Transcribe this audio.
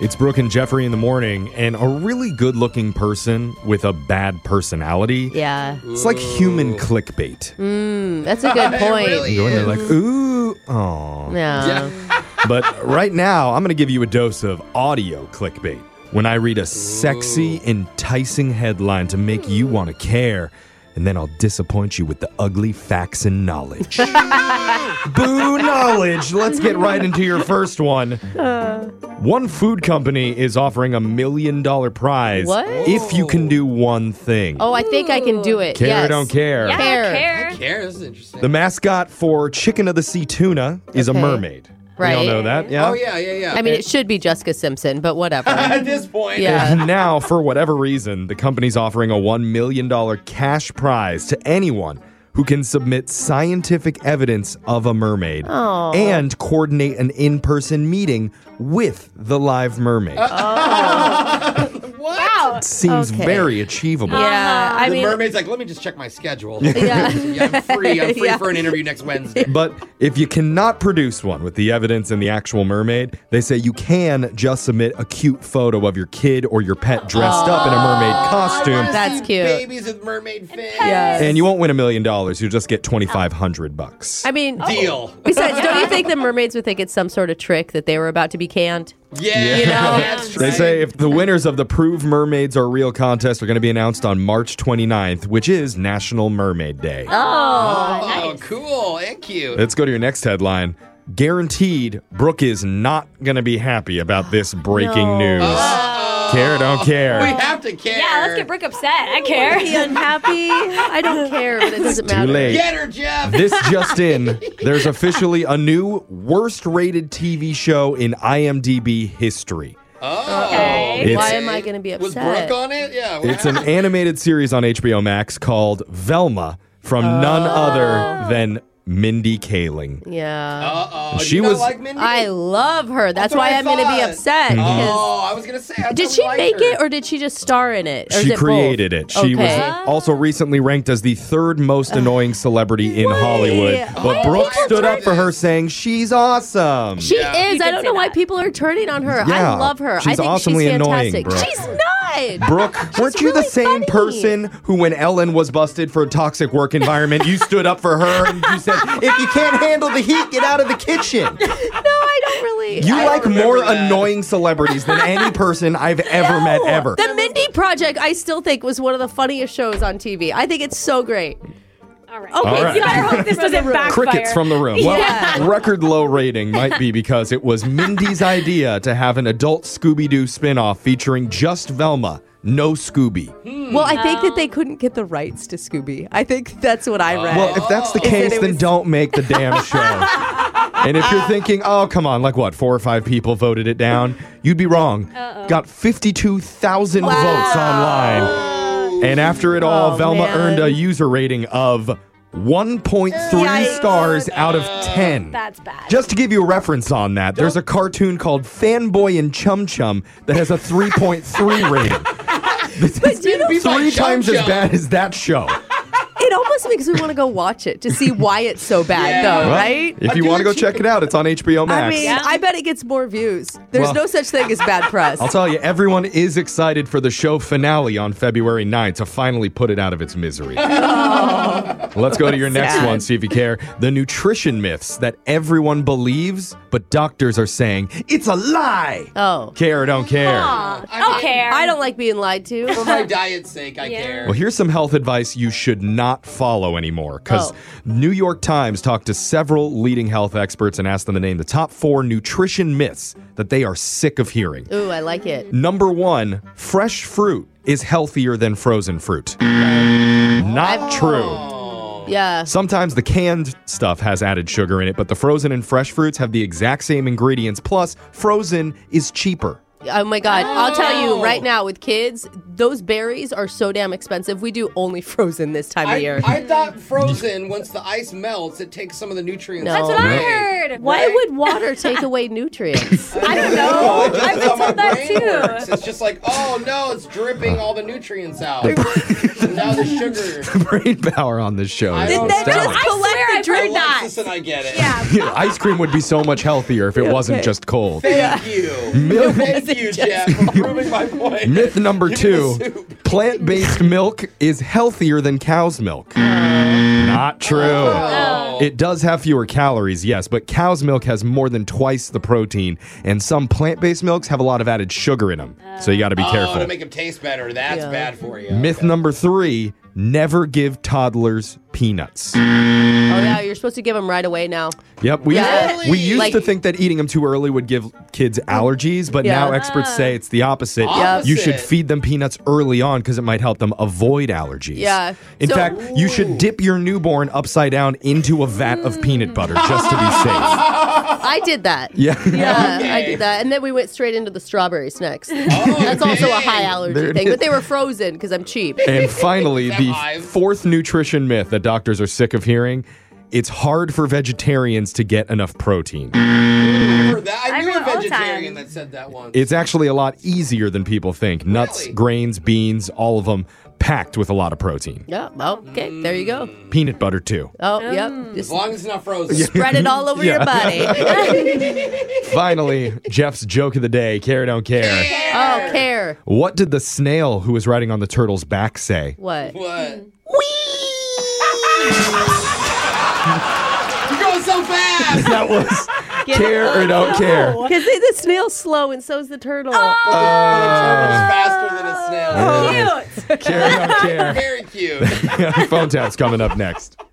It's Brooke and Jeffrey in the morning, and a really good looking person with a bad personality. Yeah. Mm. It's like human clickbait. Mm, that's a good It point. really You go in there like, ooh, aw. yeah. But right now, I'm going to give you a dose of audio clickbait. When I read a sexy, enticing headline to make you want to care, and then I'll disappoint you with the ugly facts and knowledge. Boo knowledge! Let's get right into your first one. Uh. One food company is offering a million dollar prize What? if you can do one thing. Oh, I think I can do it. Care yes. or don't care. Yeah, care. I care. This is interesting. The mascot for Chicken of the Sea Tuna is Okay. a mermaid. We all Right. know that, yeah? oh yeah, yeah, yeah. I mean, it should be Jessica Simpson, but Uh-huh. whatever. at this point, Yeah. And now, for whatever reason, the company's offering a $1 million cash prize to anyone who can submit scientific evidence of a mermaid Oh. and coordinate an in person meeting with the live mermaid. Wow. Seems Oh. okay. very achievable. yeah. I the mean, mermaid's like, let me just check my schedule. Yeah, I'm free. I'm free Yeah. for an interview next Wednesday. But if you cannot produce one with the evidence and the actual mermaid, they say you can just submit a cute photo of your kid or your pet dressed up in a Oh, mermaid costume. That's See cute. Babies with mermaid fins. Yes. And you won't win a million dollars, you'll just get 2500 bucks. I mean, Deal. besides, don't you think the mermaids would think it's some sort of trick that they were about to be canned? Yeah, You know? that's true. They say if the winners of the Prove Mermaids Are Real contest are going to be announced on March 29th, which is National Mermaid Day. Oh, cool and cute. Let's go to your next headline. Guaranteed, Brooke is not going to be happy about this breaking No. news. Care, don't care. we have to care. Yeah, let's get Brooke upset. I care. Be unhappy? I don't care, but it doesn't matter. late. Get her, Jeff. this just in, there's officially a new worst rated TV show in IMDb history. oh, Okay. Why It's- am I going to be was upset? Brooke on it? Yeah. what It's an happened? animated series on HBO Max called Velma from Oh. none other than Mindy Kaling. yeah. Uh-oh. She you not was- like Mindy? I love her. That's, Oh. what why I I'm going to be thought. upset. Mm-hmm. because Oh, I was gonna say. I Did thought we she liked make her. it or did she just star in it? Or is She it both? created it. She okay. was also recently ranked as the third most annoying celebrity in Hollywood. But Brooke stood up for her, saying she's awesome. Oh, She Yeah. is. I You can don't say know why that. people are turning on her. Yeah. I love her. I She's think awesomely she's annoying, fantastic. Brooke. She's not. Brooke, weren't you the really same funny. person who, when Ellen was busted for a toxic work environment, you stood up for her and you said, "If you can't handle the heat, get out of the kitchen." No, I don't really. You I like don't- more that. annoying celebrities than any person I've ever met No. ever. The Mindy Project, I still think, was one of the funniest shows on TV. I think it's so great. All right. Okay, All right. You better hope this doesn't backfire. Crickets from the room. Well, Yeah. record low rating might be because it was Mindy's idea to have an adult Scooby Doo spin off featuring just Velma, no Scooby. Well, I think that they couldn't get the rights to Scooby. I think that's what I read. Oh. Well, if that's the Is that case, it then was- don't make the damn show. And if you're thinking, oh, come on, like what, four or five people voted it down, you'd be wrong. Got 52,000 votes online. And after it all, Oh, Velma man. earned a user rating of 1.3 Yikes. stars out of 10. That's bad. Just to give you a reference on that, there's a cartoon called Fanboy and Chum Chum that has a 3.3 rating. This is you know- three Chum times as Chum. bad as that show. it almost makes me want to go watch it to see why it's so bad, Yeah. though, Well, right? If you do want to go the check it out, it's on HBO I Max. mean, Yeah. I bet it gets more views. There's Well- no such thing as bad press. I'll tell you, everyone is excited for the show finale on February 9th to finally put it out of its misery. Oh. Let's go to your next Sad. one, see if you care. The nutrition myths that everyone believes, but doctors are saying it's a lie. oh. Care or don't care. I don't mean, care. I don't like being lied For to. my diet's sake, I Yeah. care. Well, here's some health advice you should not follow anymore because Oh. New York Times talked to several leading health experts and asked them to name the top four nutrition myths that they are sick of hearing. Ooh, I like it. Number one, fresh fruit is healthier than frozen fruit. Not Oh. true. Yeah. Sometimes the canned stuff has added sugar in it, but the frozen and fresh fruits have the exact same ingredients. Plus, frozen is cheaper. Oh my God. I'll tell you right now with kids, those berries are so damn expensive. We do only frozen this time of I, year. I thought frozen, once the ice melts, it takes some of the nutrients. No. That's That's what what I away. heard. Why Right? would water take away nutrients? Oh, I don't know. That's I've Oh, how been my told that brain works. too. It's just like, oh no, it's dripping all the nutrients out. now the sugar. Brain power on this show. I is don't Did that astounding. just I collect swear the I've heard drip? that. Texas and I get it. Yeah. Ice cream would be so much healthier if it wasn't okay. just cold. Thank you. Milk- Thank you, Jeff, for proving my point. Myth number Give me the two soup. plant based milk is healthier than cow's milk. Not true. Oh. It does have fewer calories, yes, but cow's milk has more than twice the protein, and some plant based milks have a lot of added sugar in them. So you got to be Oh, careful. to make them taste better. That's Yeah. bad for you. Myth number three never give toddlers peanuts. Oh yeah, you're supposed to give them right away now. Yep, we Yeah. we used Like- to think that eating them too early would give kids allergies, but Yeah. now experts say it's the opposite. Yeah. You should Opposite. feed them peanuts early on because it might help them avoid allergies. Yeah. In So- fact, you should dip your newborn upside down into a vat of peanut butter just to be safe. I did that. Yeah. Yeah, I Okay. did that, and then we went straight into the strawberries next. Oh, That's also a dang. high allergy There it thing, is. but they were frozen because I'm cheap. Mm. And finally, That the hive. fourth nutrition myth that doctors are sick of hearing it's hard for vegetarians to get enough protein. I heard that. I I knew a heard all the vegetarian time. that said that once. It's actually a lot easier than people think. Nuts, Really? grains, beans, all of them packed with a lot of protein. Yeah. well, Okay. There you go. Peanut butter, too. Oh, Mm. yep. as Just long as it's not frozen. spread it all over your body. Finally, Jeff's joke of the day care, don't care. Oh, care. What did the snail who was riding on the turtle's back say? What? What? You're going so fast. That was care or don't care. Because the snail's slow and so's the turtle. Oh, Turtle's faster than a snail. Cute. Uh, Care, don't care. Very cute. Phone tap's coming up next.